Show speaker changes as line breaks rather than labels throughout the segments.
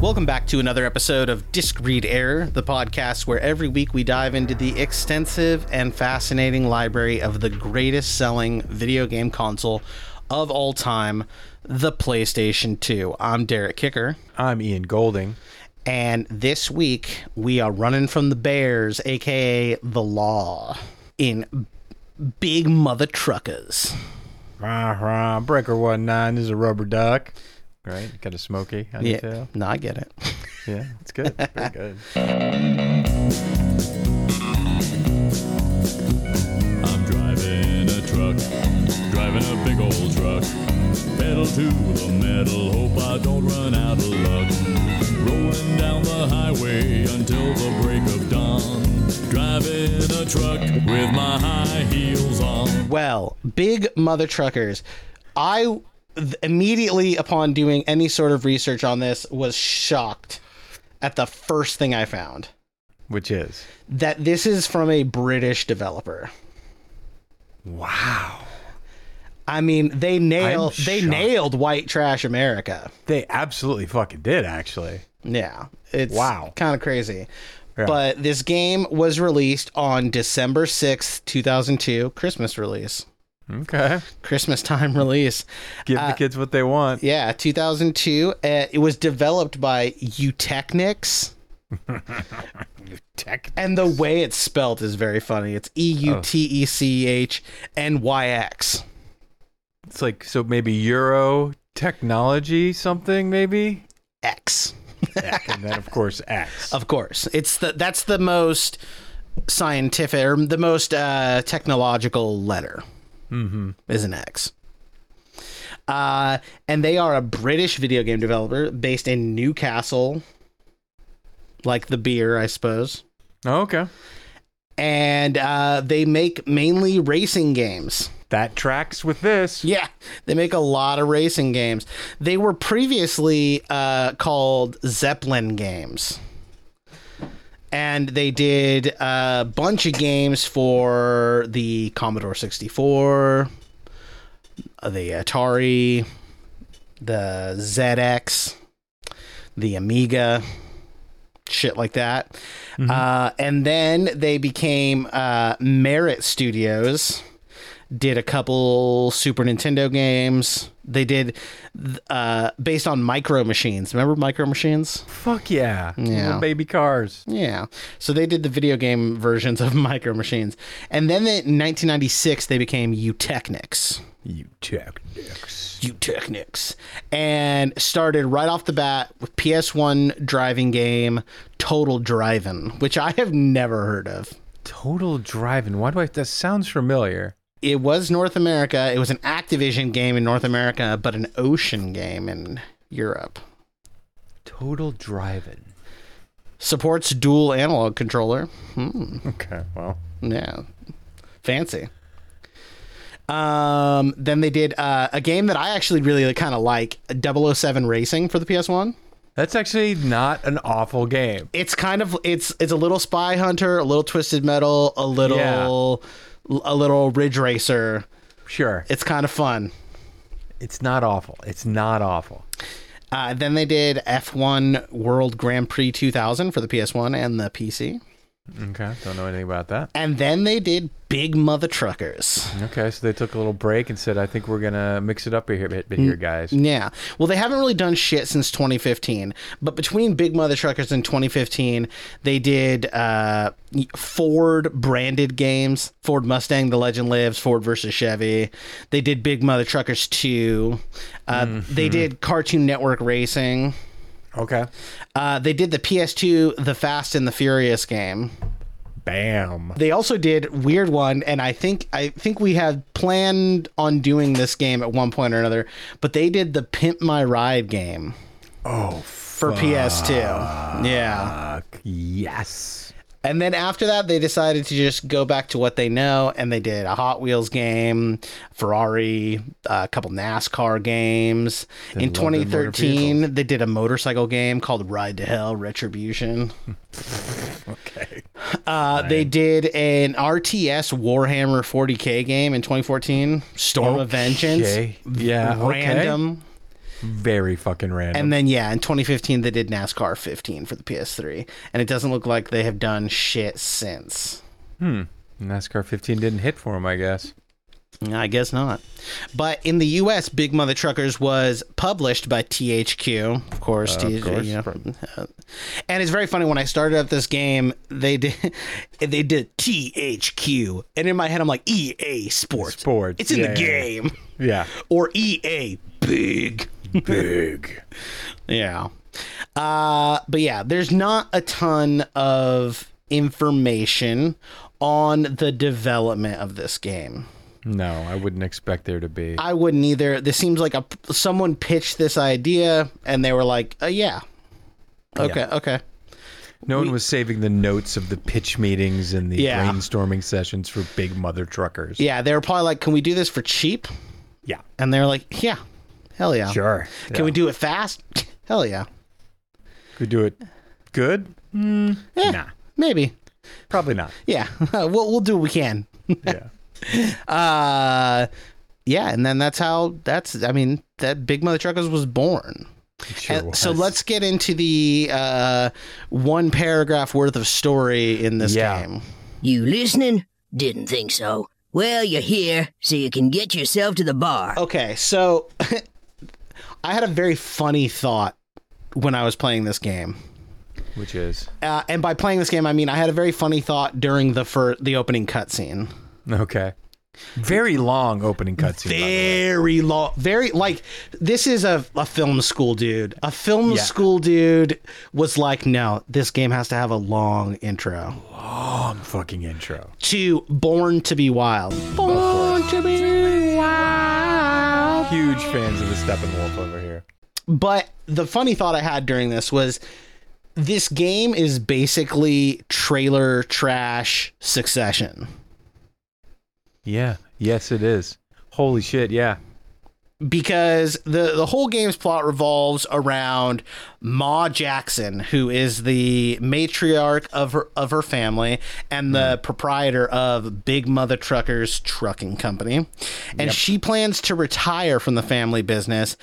Welcome back to another episode of Disc Read Error, the podcast where every week we dive into the extensive and fascinating library of the greatest selling video game console of all time, the PlayStation 2. I'm Derek Kicker,
I'm Ian Golding.
and this week we are running from the Bears, aka the Law, in Big Mother Truckers.
Rah, rah, breaker one nine is a rubber duck. Right? Kind of smoky on your
Yeah,
tail.
no, I get it.
Yeah, it's good. It's Very good.
I'm driving a truck, driving a big old truck. Pedal to the metal, hope I don't run out of luck. Rolling down the highway until the break of dawn. Driving a truck with my high heels on.
Well, big mother truckers. I th- immediately upon doing any sort of research on this was shocked at the first thing I found
Which is
that this is from a British developer.
wow.
I mean, they nailed
I'm
they
shocked.
nailed white trash America.
They absolutely fucking did, actually.
Yeah, it's
Wow.
kind of crazy.
Yeah.
But this game was released on December 6th, 2002, Christmas release.
Okay.
Christmas time release.
Give
Uh,
the kids what they want.
Yeah, 2002. Uh, it was developed by Eutechnics.
Tech.
And the way it's spelled is very funny. It's E U T E C H N Y X.
It's like, so maybe Euro technology something, maybe?
X.
and then, of course, X.
Of course. It's the that's the most scientific or the most uh technological letter. Mm-hmm. Is an X. Uh and they are a British video game developer based in Newcastle. Like the beer, I suppose.
Oh, okay.
And uh they make mainly racing games.
That tracks with this.
Yeah, they make a lot of racing games. They were previously uh, called Zeppelin games. And they did a bunch of games for the Commodore 64, the Atari, the ZX, the Amiga, shit like that. Uh, and then they became uh, Merit Studios did a couple Super Nintendo games. They did th- uh, based on Micro Machines. Remember Micro Machines?
Fuck yeah.
Yeah.
Little baby cars.
Yeah. So they did the video game versions of Micro Machines, and then in 1996 they became Eutechnics.
You tech dicks.
Eutechnics, and started right off the bat with PS1 driving game Total Drivin', which I have never heard of.
Total driving. Why do I? That sounds familiar.
It was North America. It was an Activision game in North America, but an Ocean game in Europe.
Total driving.
supports dual analog controller. Hmm,
Okay. Well.
yeah, fancy. Um, then they did uh, a game that I actually really kind of like, 007 Racing for the PS1.
That's actually not an awful game.
It's kind of it's it's a little Spy Hunter, a little Twisted Metal, a little a little Ridge Racer.
Sure.
It's kind of fun.
It's not awful. It's not awful.
Uh, then they did F1 World Grand Prix 2000 for the PS1 and the PC.
Okay. Don't know anything about that.
And then they did Big Mother Truckers.
Okay. So they took a little break and said, I think we're going to mix it up a bit, bit here, guys.
Yeah. Well, they haven't really done shit since 2015. But between Big Mother Truckers and 2015, they did uh, Ford branded games Ford Mustang, The Legend Lives, Ford versus Chevy. They did Big Mother Truckers 2. Uh, They did Cartoon Network Racing.
Okay.
Uh, they did the PS2, The Fast and the Furious game.
Bam.
They also did weird one, and I think I think we had planned on doing this game at one point or another. But they did the Pimp My Ride game.
Oh,
for PS2. Yeah.
fuck. Yes.
And then after that, they decided to just go back to what they know, and they did a Hot Wheels game, Ferrari, uh, a couple NASCAR games. In
love their motor
2013, they did a motorcycle game called Ride to Hell Retribution.
Okay.
Uh, They did an RTS Warhammer 40K game in 2014, Storm of Vengeance.
Okay. Yeah. okay.
Random.
Very fucking random.
And then yeah, in 2015 they did NASCAR 15 for the PS3, and it doesn't look like they have done shit since.
NASCAR 15 didn't hit for him, I guess.
I guess not. But in the U.S., Big Mother Truckers was published by THQ, of course. THQ,
course.
you know. Uh, and it's very funny when I started up this game, they did they did THQ, and in my head I'm like EA Sports.
Sports,
It's in
yeah,
the
yeah, yeah.
game
Yeah.
or EA Big.
Big.
Yeah. Uh, but yeah, there's not a ton of information on the development of this game.
No, I wouldn't expect there to be.
I wouldn't either. This seems like a someone pitched this idea and they were like, uh, "Yeah, okay, okay,
No one was saving the notes of the pitch meetings and the
Yeah.
brainstorming sessions for big mother truckers.
yeah." They were probably like, "Can we do this for cheap?"
Yeah.
And they're like, "Yeah, hell yeah,
Sure.
Can we do it fast? hell yeah,
Could do it good?
Eh,
Nah.
maybe,
Probably not.
yeah. we'll we'll do what we can."
Yeah.
Uh, yeah, and then that's how that's. I mean, that Big Mother Truckers was born.
It sure
And Uh, so
was.
let's get into the uh, one paragraph worth of story in this
Yeah.
game.
You listening? Didn't think so. Well, you're here, so you can get yourself to the bar.
Okay, so I had a very funny thought when I was playing this game.
Which is.
Uh, and by playing this game, I mean I had a very funny thought during the fir- the opening cutscene.
Okay. Very long opening cutscene. by the way.
Very long, very like this is a, a film school dude. A film
Yeah.
school dude was like, no, this game has to have a long intro.
Long fucking intro.
To Born to Be Wild. Born Oh, to Be Wild.
Huge fans of the Steppenwolf over here.
But the funny thought I had during this was this game is basically trailer trash succession
Yeah. Yes, it is. Holy shit. Yeah.
because the the whole game's plot revolves around Ma Jackson who is the matriarch of her of her family and the proprietor of Big Mother Truckers Trucking Company and she plans to retire from the family business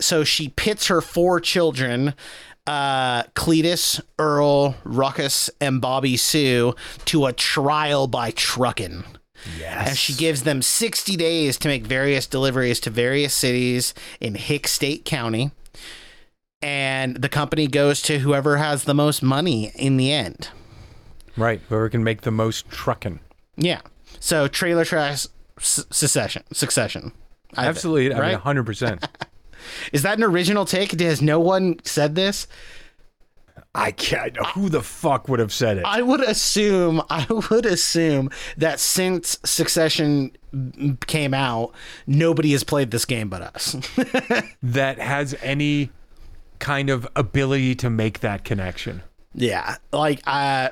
so she pits her four children uh, Cletus, Earl, Ruckus, and Bobby Sue to a trial by trucking. Yes. And she gives them 60 days to make various deliveries to various cities in Hick State County. And the company goes to whoever has the most money in the end.
Right. Whoever can make the most trucking.
Yeah. So trailer trash s- succession. Succession. I think,
Absolutely. I
right?
mean, 100%.
Is that an original take? Has no one said this?
I can't. Who the fuck would have said it?
I would assume I would assume that since Succession m- came out, nobody has played this game but us.
that has any kind of ability to make that connection.
yeah, like uh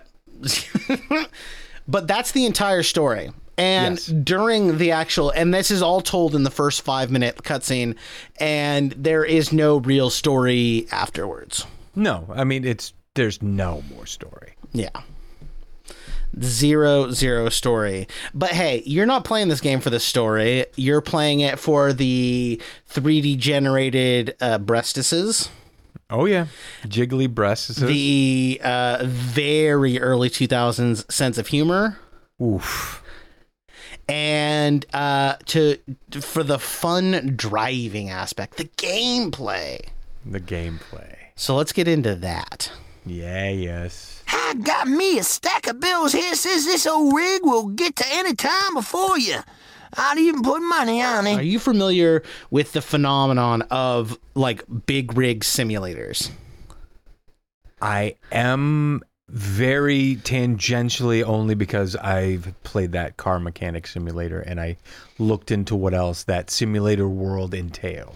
but that's the entire story. And
Yes.
during the actual and this is all told in the first 5 minute cutscene and there is no real story afterwards.
No, I mean it's there's no more story.
Yeah. Zero zero story. But hey, you're not playing this game for the story. You're playing it for the 3D generated uh, breastises.
Oh yeah, jiggly breasts.
The uh, very early 2000s sense of humor.
Oof.
And uh, to for the fun driving aspect, the gameplay.
The gameplay.
So let's get into that.
Yeah. Yes.
I got me a stack of bills here says this old rig will get to any time before you. I'd even put money on
Are
it.
you familiar with the phenomenon of like big rig simulators?
I am very tangentially only because I've played that car mechanic simulator and I looked into what else that simulator world entailed.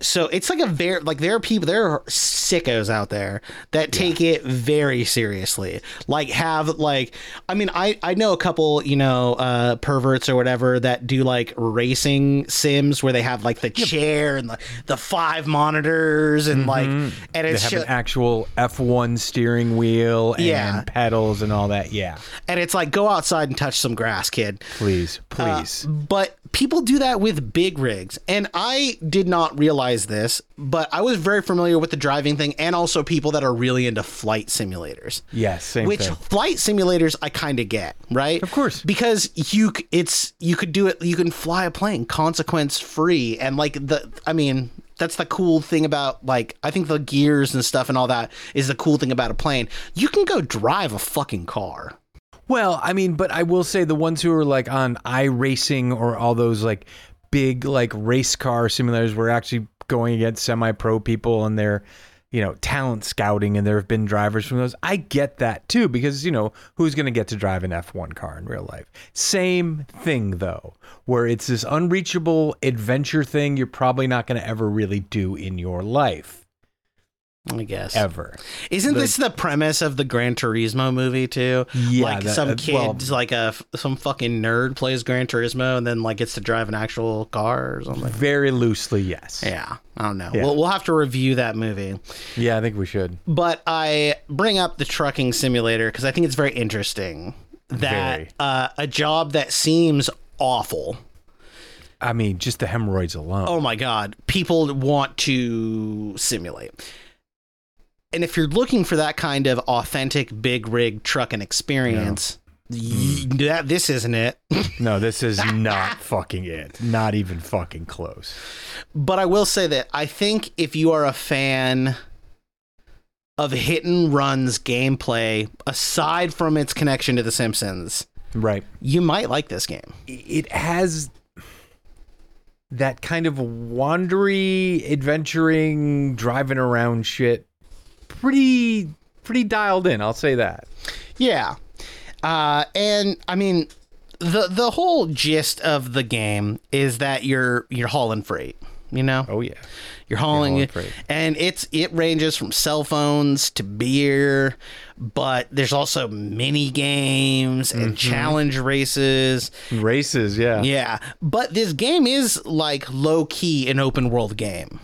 so it's like a very like there are people there are sickos out there that take it very seriously like have like i mean i i know a couple you know uh perverts or whatever that do like racing sims where they have like the chair and the, the five monitors and like and
Mm-hmm. They
it's
have
ju-
an actual F1 steering wheel and
Yeah.
pedals and all that. Yeah.
and it's like go outside and touch some grass kid Uh,
Please, please.
but people do that with big rigs and i did not realize realize this, but I was very familiar with the driving thing and also people that are really into flight simulators.
Yes, same
Which
thing.
flight simulators I kind of get, right?
Of course.
Because you c- it's you could do it you can fly a plane consequence free and like the I mean that's the cool thing about like I think the gears and stuff and all that is the cool thing about a plane. You can go drive a fucking car.
Well, I mean, but I will say the ones who are like on iRacing or all those like big like race car simulators were actually going against semi-pro people and their you know talent scouting and there have been drivers from those i get that too because you know who's going to get to drive an f1 car in real life same thing though where it's this unreachable adventure thing you're probably not going to ever really do in your life
I guess.
ever
Isn't this the premise of the Gran Turismo movie too?
Yeah,
like
that-
some
uh,
kid,
well-
like a f- some fucking nerd plays Gran Turismo and then like gets to drive an actual car or something.
very loosely yes
Yeah, I don't know.
Yeah.
We'll, we'll have to review that movie.
yeah i think we should
But I bring up the trucking simulator because I think it's very interesting that
Very.
Uh, a job that seems awful.
i mean just the hemorrhoids alone
Oh my God, people want to simulate. And if you're looking for that kind of authentic big rig trucking experience, y- that this isn't it.
No, this is not fucking it. Not even fucking close.
But I will say that I think if you are a fan of hit and runs gameplay, aside from its connection to The Simpsons,
Right.
you might like this game.
It has that kind of wandery, adventuring, driving around shit. Pretty, pretty dialed in. I'll say that.
Yeah. Uh, and I mean, the the whole gist of the game is that you're you're hauling freight. You know,
Oh yeah.
you're hauling,
hauling
it,
freight.
and it's it ranges from cell phones to beer, but there's also mini games and challenge races.
Races. Yeah.
Yeah, but this game is like low key an open world game.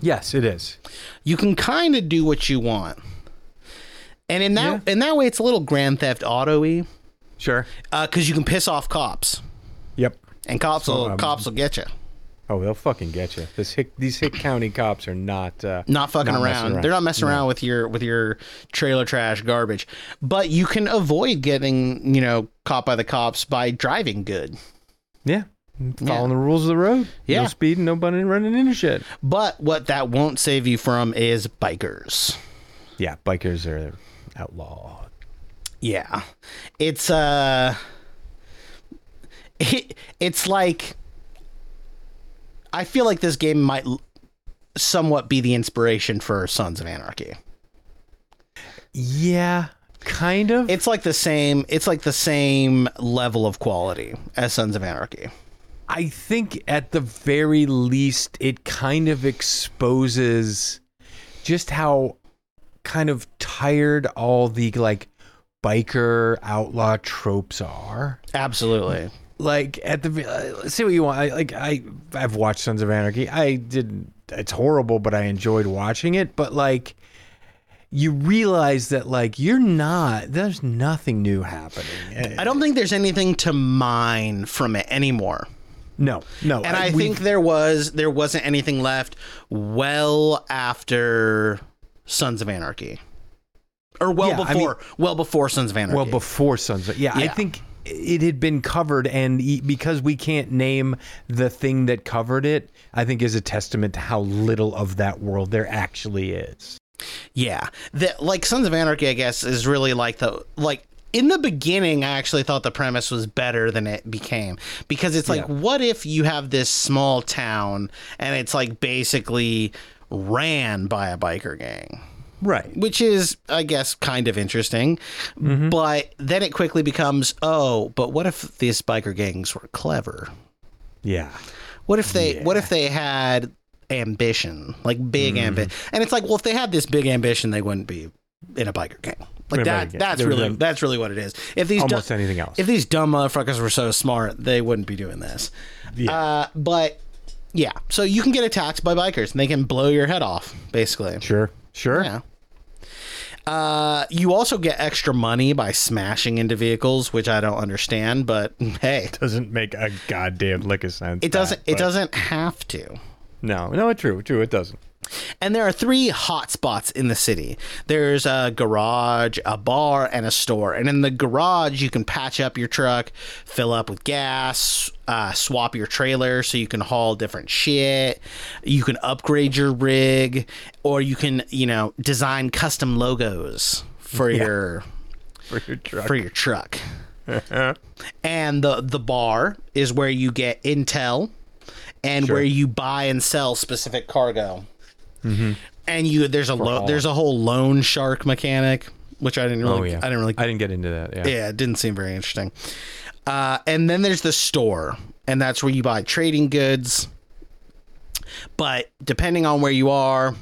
Yes, it is.
You can kind of do what you want, and in that in that way, it's a little Grand Theft Auto y
Sure.
because you can piss off cops,
Yep.
and cops will
um,
cops will get you.
Oh, they'll fucking get you. This Hick, these Hick County cops are not uh,
Not fucking
messing
around. They're not messing around with your with your trailer trash garbage. But you can avoid getting you know caught by the cops by driving good.
Yeah. Following the rules of the road.
Yeah.
No speeding. No bunny running into shit.
But what that won't save you from is bikers.
Yeah, bikers are outlaw.
Yeah. It's uh it, it's like I feel like this game might l- somewhat be the inspiration for Sons of Anarchy.
Yeah, kind of.
It's like the same it's like the same level of quality as Sons of Anarchy.
I think at the very least, it kind of exposes just how kind of tired all the like biker outlaw tropes are.
Absolutely.
Like at the uh, say what you want. I, like I I've watched Sons of Anarchy. I didn't. It's horrible, but I enjoyed watching it. But like. You realize that like you're not there's nothing new happening.
I don't think there's anything to mine from it anymore.
No, no.
And I,
we-
think there was there wasn't anything left well after Sons of Anarchy. Or well
Yeah, I mean-
before well before Sons of Anarchy.
Well, before sunset. Yeah, I
Yeah.
think it had been covered, and e- because we can't name the thing that covered it, I think is a testament to how little of that world there actually is.
Yeah. The, like Sons of Anarchy I guess is really like the like in the beginning I actually thought the premise was better than it became because it's like
Yeah.
what if you have this small town and it's like basically ran by a biker gang?
Right.
which is i guess kind of interesting but then it quickly becomes oh but what if these biker gangs were clever
Yeah.
what if they what if they had ambition like big
Mm-hmm.
ambition and it's like well if they had this big ambition they wouldn't be in a biker gang like
In a
that
biker gang.
that's
They would
really
have-
that's really what it is if these
Almost
du-
anything else.
if these dumb motherfuckers were so smart they wouldn't be doing this uh, but yeah so you can get attacked by bikers and they can blow your head off basically
Sure. Sure.
yeah. Uh, you also get extra money by smashing into vehicles, which I don't understand, but hey,
Doesn't make a goddamn lick of sense.
it doesn't it doesn't have to.
No, no, it's true, true. It doesn't.
And there are three hot spots in the city. There's a garage, a bar, and a store. And in the garage, you can patch up your truck, fill up with gas, uh, swap your trailer so you can haul different shit. You can upgrade your rig, or you can, you know, design custom logos for your
For your truck.
for your truck. and the the bar is where you get intel and where you buy and sell specific cargo. And you there's a lo-
Mm-hmm. all.
there's a whole loan shark mechanic, which I didn't really
oh yeah.
I didn't really
I didn't get into that. Yeah.
yeah, it didn't seem very interesting. Uh, and then there's the store, and that's where you buy trading goods. But depending on where you are,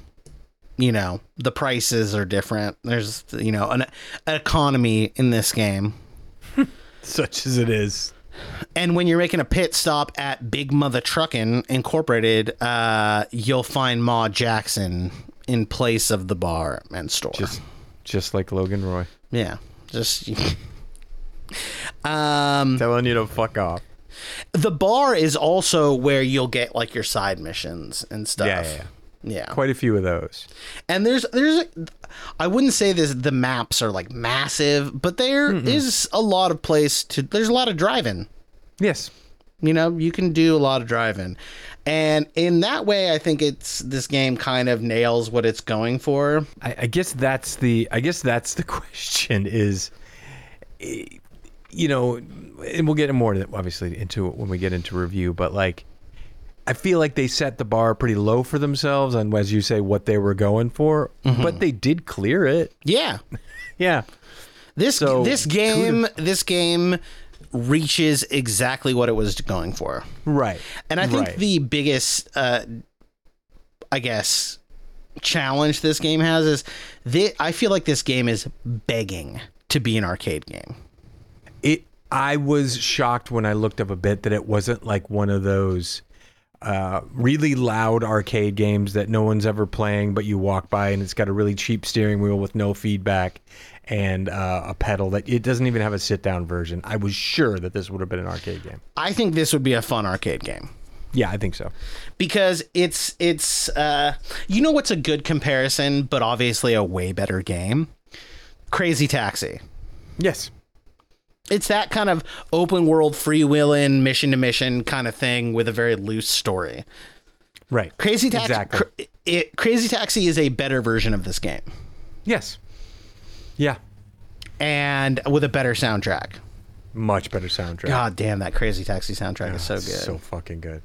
you know, the prices are different. There's, you know, an, an economy in this game.
Such as it is.
And when you're making a pit stop at Big Mother Truckin' Incorporated, uh, you'll find Ma Jackson in place of the bar and store.
Just, just like Logan Roy
yeah, just. um,
telling you to fuck off.
the bar is also where you'll get like your side missions and stuff.
Yeah, yeah,
Yeah.
Quite a few of those.
And there's there's I wouldn't say this the maps are like massive, but there is a lot of place to there's a lot of driving.
Yes.
You know, you can do a lot of driving. And in that way I think it's this game kind of nails what it's going for.
I, I guess that's the I guess that's the question is eh, you know and we'll get more to- obviously into it when we get into review but like I feel like they set the bar pretty low for themselves on as you say what they were going for but they did clear it
Yeah.
Mm-hmm. yeah
This
So,
this game this game reaches exactly what it was going for.
right
And I think
Right.
the biggest, uh, I guess, challenge this game has is that I feel like this game is begging to be an arcade game.
it I was shocked when I looked up a bit that it wasn't like one of those uh, really loud arcade games that no one's ever playing, but you walk by and it's got a really cheap steering wheel with no feedback and uh, a pedal that it doesn't even have a sit down version. I was sure that this would have been an arcade game.
I think this would be a fun arcade game
Yeah, I think so.
because it's it's uh, you know what's a good comparison, but obviously a way better game. Crazy Taxi.
Yes.
It's that kind of open world, freewheeling, mission to mission kind of thing with a very loose story.
Right.
Crazy Taxi.
Exactly.
cr- it, Crazy Taxi is a better version of this game.
yes. Yeah.
and with a better soundtrack.
Much better soundtrack.
God damn, that Crazy Taxi soundtrack is so good.
So fucking good.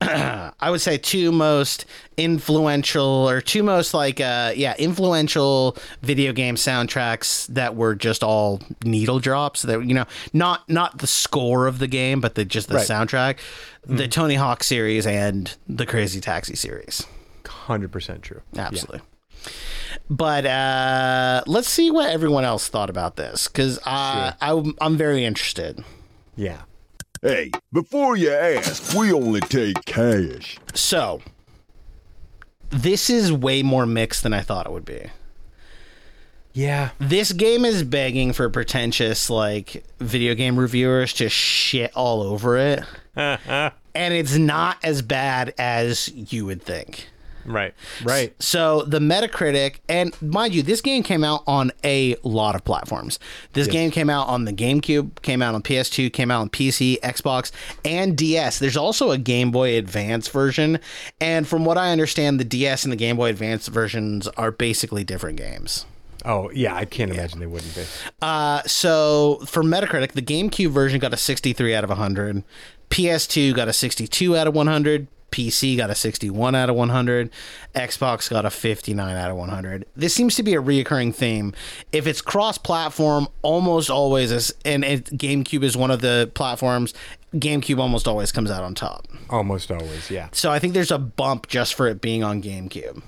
I would say two most influential, or two most like, uh, yeah, influential video game soundtracks that were just all needle drops. That you know, not not the score of the game, but the just the
Right. Mm-hmm.
soundtrack. The Tony Hawk series and the Crazy Taxi series,
100% true.
absolutely. But uh, let's see what everyone else thought about this because I'm, I'm very interested.
Yeah.
Hey, before you ask, we only take cash.
So, this is way more mixed than I thought it would be.
Yeah.
This game is begging for pretentious, like, video game reviewers to shit all over it. and it's not as bad as you would think.
Right. Right.
So, the Metacritic, and mind you, this game came out on a lot of platforms. This game came out on the GameCube, came out on PS2, came out on PC, Xbox, and DS. There's also a Game Boy Advance version. And from what I understand, the DS and the Game Boy Advance versions are basically different games.
Oh, yeah. I can't imagine they wouldn't be.
Uh, so, for Metacritic, the GameCube version got a 63 out of 100, PS2 got a 62 out of 100. PC got a 61 out of 100. Xbox got a 59 out of 100. This seems to be a reoccurring theme. If it's cross-platform, almost always is, and it, GameCube is one of the platforms. GameCube almost always comes out on top.
Almost always. Yeah.
So I think there's a bump just for it being on GameCube.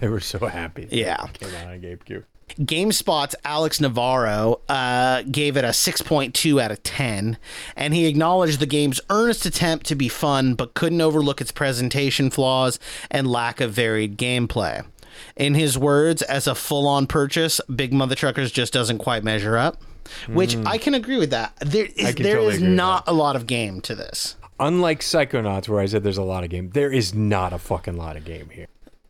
They were so happy.
Yeah.
Came out on GameCube.
GameSpot's Alex Navarro uh, gave it a 6.2 out of 10, and he acknowledged the game's earnest attempt to be fun, but couldn't overlook its presentation flaws and lack of varied gameplay. In his words, as a full on purchase, Big Mother Truckers just doesn't quite measure up, which I can agree with that. There is,
Hmm. can
there
totally
is
agree with
not a lot of game to this.
Unlike Psychonauts, where I said there's a lot of game, there is not a fucking lot of game here.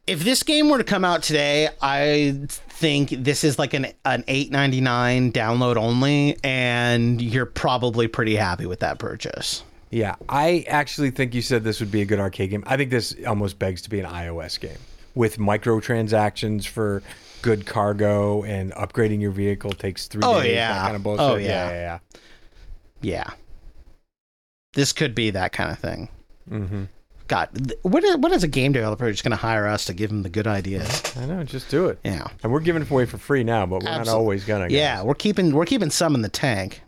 If this game were to come out today, I think this is like an an 8.99 download only and you're probably pretty happy with that purchase.
Yeah, I actually think you said this would be a good arcade game. I think this almost begs to be an iOS game with microtransactions for good cargo and upgrading your vehicle takes three
Oh,
days. that
yeah.
kind of bullshit.
Oh,
yeah,
yeah.
yeah.
Yeah. This could be that kind of thing.
yeah.
Mm-hmm.
hmm
God, th- what is, what is a game developer just going to hire us to give them the good ideas?
I know. Just do it.
Yeah.
And we're giving it away for free now, but we're
Absol-
not always gonna.
Yeah,
guys.
we're keeping we're keeping some in the tank.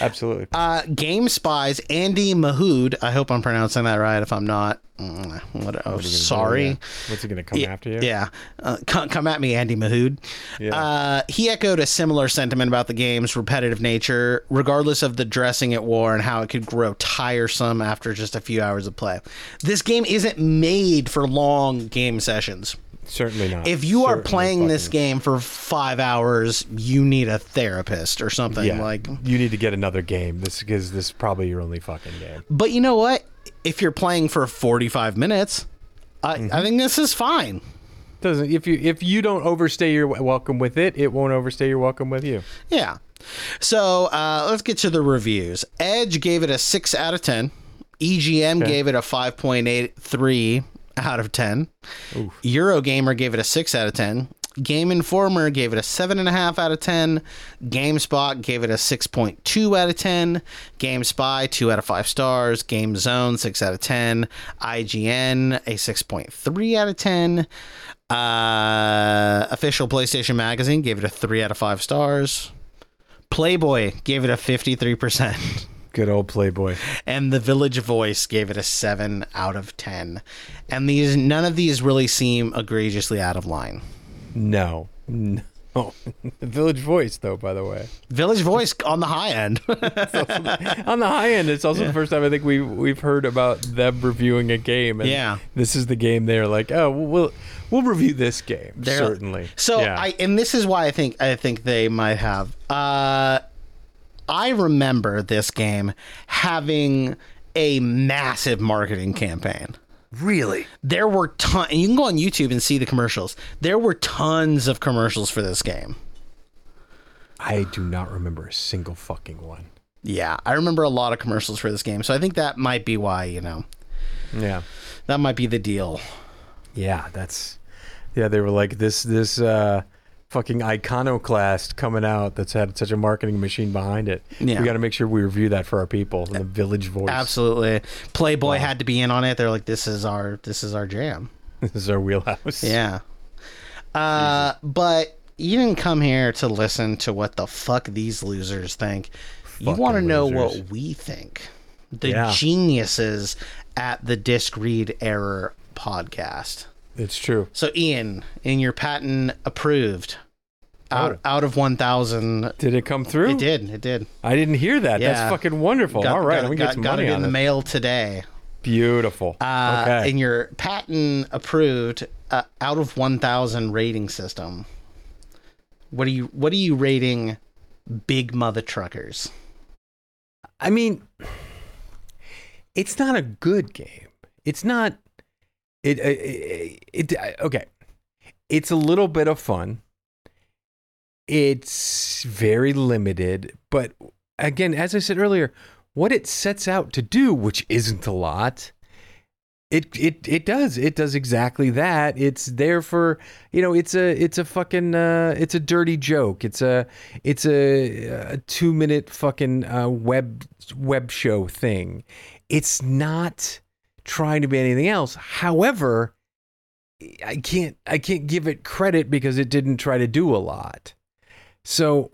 absolutely.
Uh, Game Spies Andy Mahood. I hope I'm pronouncing that right. If I'm not, mm, what, oh, sorry.
What's he gonna come after you?
Yeah, uh, come, come at me, Andy Mahood.
Yeah.
Uh, he echoed a similar sentiment about the game's repetitive nature, regardless of the dressing it wore and how it could grow tiresome after just a few hours of play. This game isn't made for long game sessions.
Certainly not.
If you are
Certainly
playing this
fucking-
game for five hours, you need a therapist or something.
yeah,
Like,
you need to get another game. This is this is probably your only fucking game.
but you know what? If you're playing for 45 minutes, I, I
Mm-hmm.
think this is fine.
Doesn't if you if you don't overstay your w- welcome with it, it won't overstay your welcome with you.
Yeah. So uh, let's get to the reviews. Edge gave it a 6 out of 10. EGM gave it a 5.83 out of 10. Eurogamer gave it a 6 out of 10. Game Informer gave it a 7.5 out of 10. GameSpot gave it a 6.2 out of 10. GameSpy, 2 out of 5 stars. GameZone, 6 out of 10. IGN, a 6.3 out of 10. Uh, official PlayStation Magazine gave it a 3 out of 5 stars. Playboy gave it a 53%,
Good old Playboy.
and The Village Voice gave it a 7 out of 10. And these none of these really seem egregiously out of line.
No, no. the Village Voice, though, by the way,
Village Voice on the high end.
on the high end, it's also the first time I think we've we've heard about them reviewing a game. And
Yeah.
this is the game they're like, oh, we'll we'll review this game
They're-
certainly.
So
Yeah.
I and this is why I think I think they might have. Uh, I remember this game having a massive marketing campaign.
Really?
There were ton. and You can go on YouTube and see the commercials. There were tons of commercials for this game.
I do not remember a single fucking one.
Yeah, I remember a lot of commercials for this game, so I think that might be why you know
Yeah.
that might be the deal.
Yeah, that's yeah. They were like this this uh, fucking iconoclast coming out that's had such a marketing machine behind it.
Yeah.
we got to make sure we review that for our people. And the Village Voice
Absolutely, Playboy had to be in on it. They're like, this is our this is our jam.
is our wheelhouse.
Yeah. Uh, but you didn't come here to listen to what the fuck these losers think. you
Fucking
want to know
losers.
what we think. The
Yeah.
geniuses at the Disc Read Error podcast.
it's true.
So, Ian, in your patent approved,
Oh.
out, out of 1,000,
Did it come through?
it did. It did.
I didn't hear that.
Yeah.
That's fucking wonderful. All right,
got,
we can
got,
get some
got
money
it in
on
the
it.
mail today.
Beautiful.
Uh,
okay.
In your patent approved uh, out of 1,000 rating system, what are you what are you rating big mother truckers?
I mean, it's not a good game. It's not. It it, it, it okay. It's a little bit of fun. It's very limited, but again, as I said earlier, what it sets out to do, which isn't a lot, it it it does. It does exactly that. It's there for you know. It's a it's a fucking uh, it's a dirty joke. It's a it's a, a two minute fucking uh, web web show thing. It's not trying to be anything else. However, I can't I can't give it credit because it didn't try to do a lot. So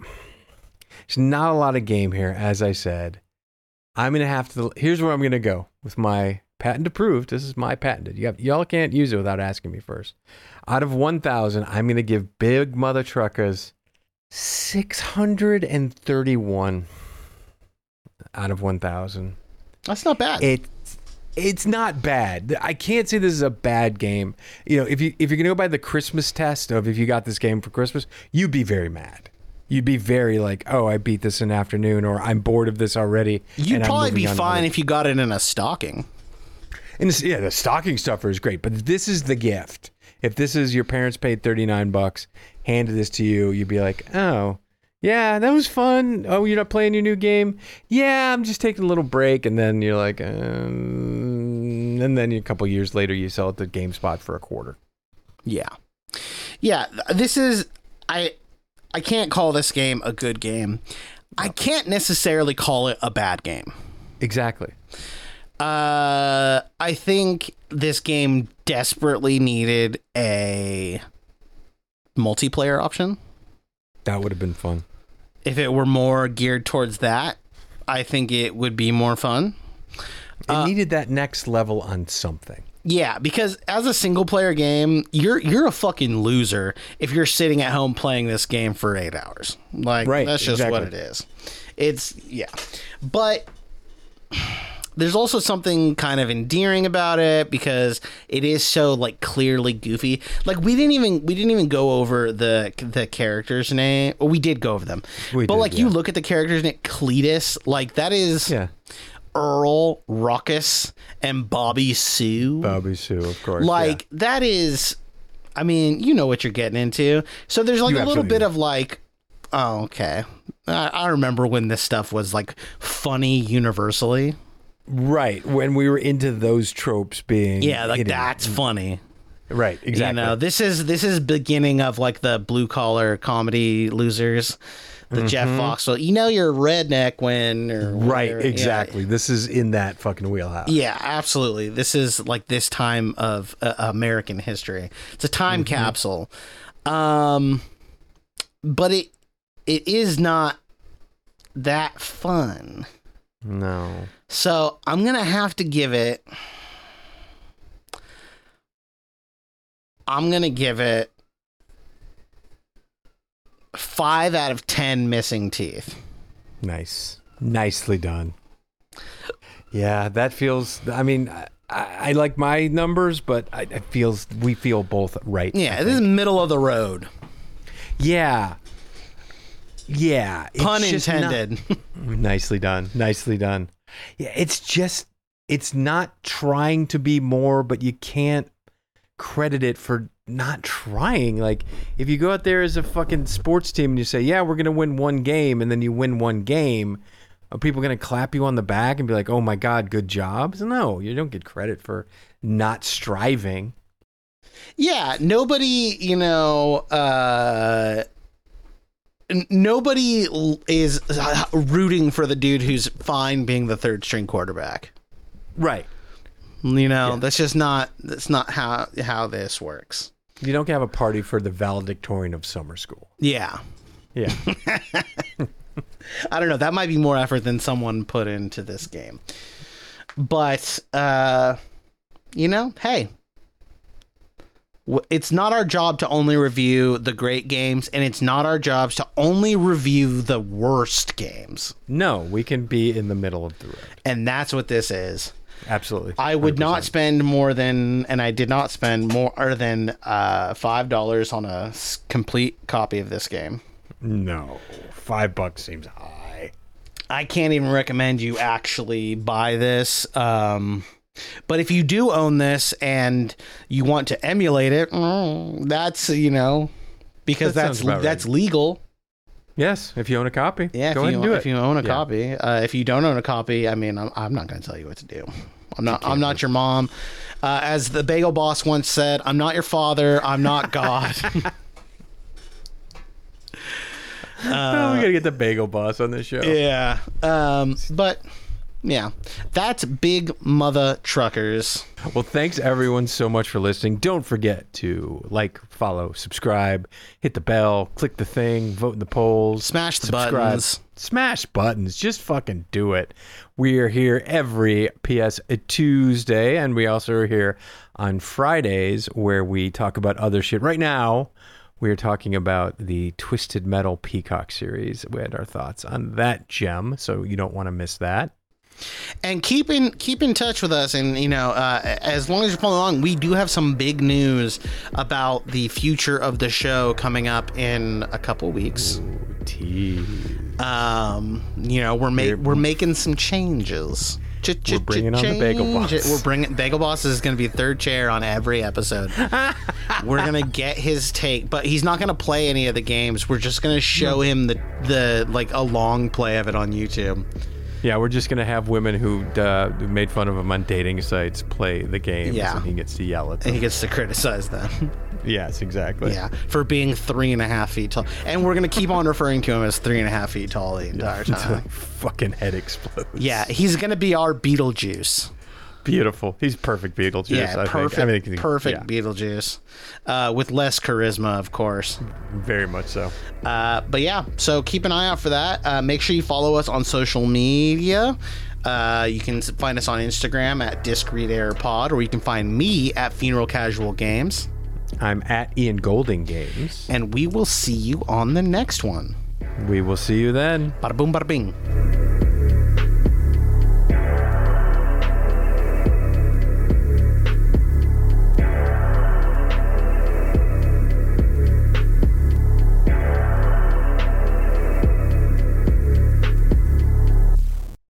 there's not a lot of game here, as I said. I'm gonna have to. Here's where I'm gonna go with my patent approved. This is my patented. You have, y'all can't use it without asking me first. Out of 1,000, I'm gonna give Big Mother Truckers 631 out of 1,000.
That's not bad.
It's it's not bad. I can't say this is a bad game. You know, if you if you're gonna go by the Christmas test of if you got this game for Christmas, you'd be very mad. you'd be very like, oh, I beat this in an afternoon, or I'm bored of this already.
You'd
and I'm
probably
moving
be
on to
fine
other-
if you got it in a stocking.
And this, yeah, the stocking stuffer is great, but this is the gift. If this is your parents paid thirty nine bucks, handed this to you, you'd be like, oh, yeah, that was fun. Oh, you're not playing your new game. Yeah, I'm just taking a little break, and then you're like, um, and then a couple years later, you sell it to GameSpot for a quarter.
Yeah. Yeah, th- this is I I can't call this game a good game. I can't necessarily call it a bad game.
Exactly.
Uh I think this game desperately needed a multiplayer option.
That would have been fun.
If it were more geared towards that, I think it would be more fun.
It
Uh,
needed that next level on something.
Yeah, because as a single player game, you're you're a fucking loser if you're sitting at home playing this game for eight hours. Like
Right,
that's just what it
exactly.
is. It's yeah. But there's also something kind of endearing about it because it is so like clearly goofy. Like we didn't even we didn't even go over the the character's name. Well, we did go over them.
We
but
did,
like you
yeah.
look at the character's name, Cletus, like that is
Yeah.
Earl, Ruckus, and Bobby Sue.
Bobby Sue, of course.
Like that is, I mean, you know what you're getting into. So there's like
You
a little
absolutely
bit
do.
of like, oh okay. I, I remember when this stuff was like funny universally.
right when we were into those tropes being
Yeah, like
hidden.
that's funny.
right exactly.
You know, this is this is beginning of like the blue collar comedy losers, the Jeff Foxwell. You know, you're a redneck when or
Right,
whatever. Yeah.
exactly. This is in that fucking wheelhouse.
Yeah, absolutely. This is like this time of uh, American history. It's a time
Mm-hmm.
capsule. Um but it it is not that fun.
No.
So, I'm going to have to give it I'm going to give it 5 out of 10 missing teeth.
Nice. Nicely done. Yeah, that feels. I mean, I, I like my numbers, but I, it feels we feel both right.
Yeah, this is middle of the road.
Yeah. Yeah. It's
Pun
just not-
intended.
Nicely done. Nicely done. Yeah, it's just it's not trying to be more, but you can't credit it for not trying. Like if you go out there as a fucking sports team and you say, "Yeah, we're going to win one game," and then you win one game, are people going to clap you on the back and be like, "Oh my god, good job?" No, you don't get credit for not striving.
Yeah, nobody, you know, uh n- nobody l- is uh, rooting for the dude who's fine being the third string quarterback.
Right.
You know, that's just not that's not how how this works.
You don't have a party for the valedictorian of summer school.
Yeah.
Yeah.
I don't know, that might be more effort than someone put into this game. But uh you know, hey, w- it's not our job to only review the great games, and it's not our jobs to only review the worst games.
no, we can be in the middle of the road.
and that's what this is.
Absolutely.
I would not spend more than, and I did not spend more than uh, five dollars on a s- complete copy of this game.
No, five bucks seems high.
I can't even recommend you actually buy this. Um, but if you do own this and you want to emulate it, mm, that's you know because
That
that's
sounds about
that's legal.
Yes, if you own a copy,
Yeah, if
go
you,
ahead and do it.
if you own a
Yeah.
copy, uh, if you don't own a copy, I mean, I'm, I'm not going to tell you what to do. I'm not. I'm not your mom. Uh, as the bagel boss once said, "I'm not your father. I'm not God."
oh, we gotta get the bagel boss on this show.
yeah. Um, but yeah, that's big mother truckers.
Well, thanks everyone so much for listening. Don't forget to like, follow, subscribe, hit the bell, click the thing, vote in the polls,
Smash the
subscribe.
buttons.
smash buttons. Just fucking do it. We are here every PS Tuesday, and we also are here on Fridays where we talk about other shit. Right now, we are talking about the Twisted Metal Peacock series. We had our thoughts on that gem, so you don't want to miss that.
and keep in keep in touch with us and you know uh, as long as you're following along we do have some big news about the future of the show coming up in a couple weeks
Tease.
Um, you know, we're
We're-
making we're making some changes. Ch- ch-
We're bringing on the Bagel
change it.
Boss.
We're bringing Bagel Boss is going to be third chair on every episode. we're gonna get his take, but he's not gonna play any of the games. We're just gonna show him the the like a long play of it on YouTube.
Yeah, we're just gonna have women who uh, who made fun of him on dating sites play the games,
Yeah.
and he gets to yell at
And he
them.
gets to criticize them,
yes, exactly.
yeah, for being three and a half feet tall. And we're gonna keep on referring to him as three and a half feet tall the entire
Until
time.
my fucking head explodes.
Yeah, he's gonna be our Beetlejuice.
beautiful. He's perfect Beetlejuice.
Yeah,
I
perfect,
Think. I mean, he-
perfect
yeah,
Beetlejuice, uh, with less charisma, of course.
very much so.
Uh, but yeah, so keep an eye out for that. Uh, make sure you follow us on social media. Uh, you can s- find us on Instagram at Disc Read Air Pod, or you can find me at Funeral Casual Games.
I'm at Ian Golding Games.
And we will see you on the next one.
We will see you then.
Bada boom, bada bing.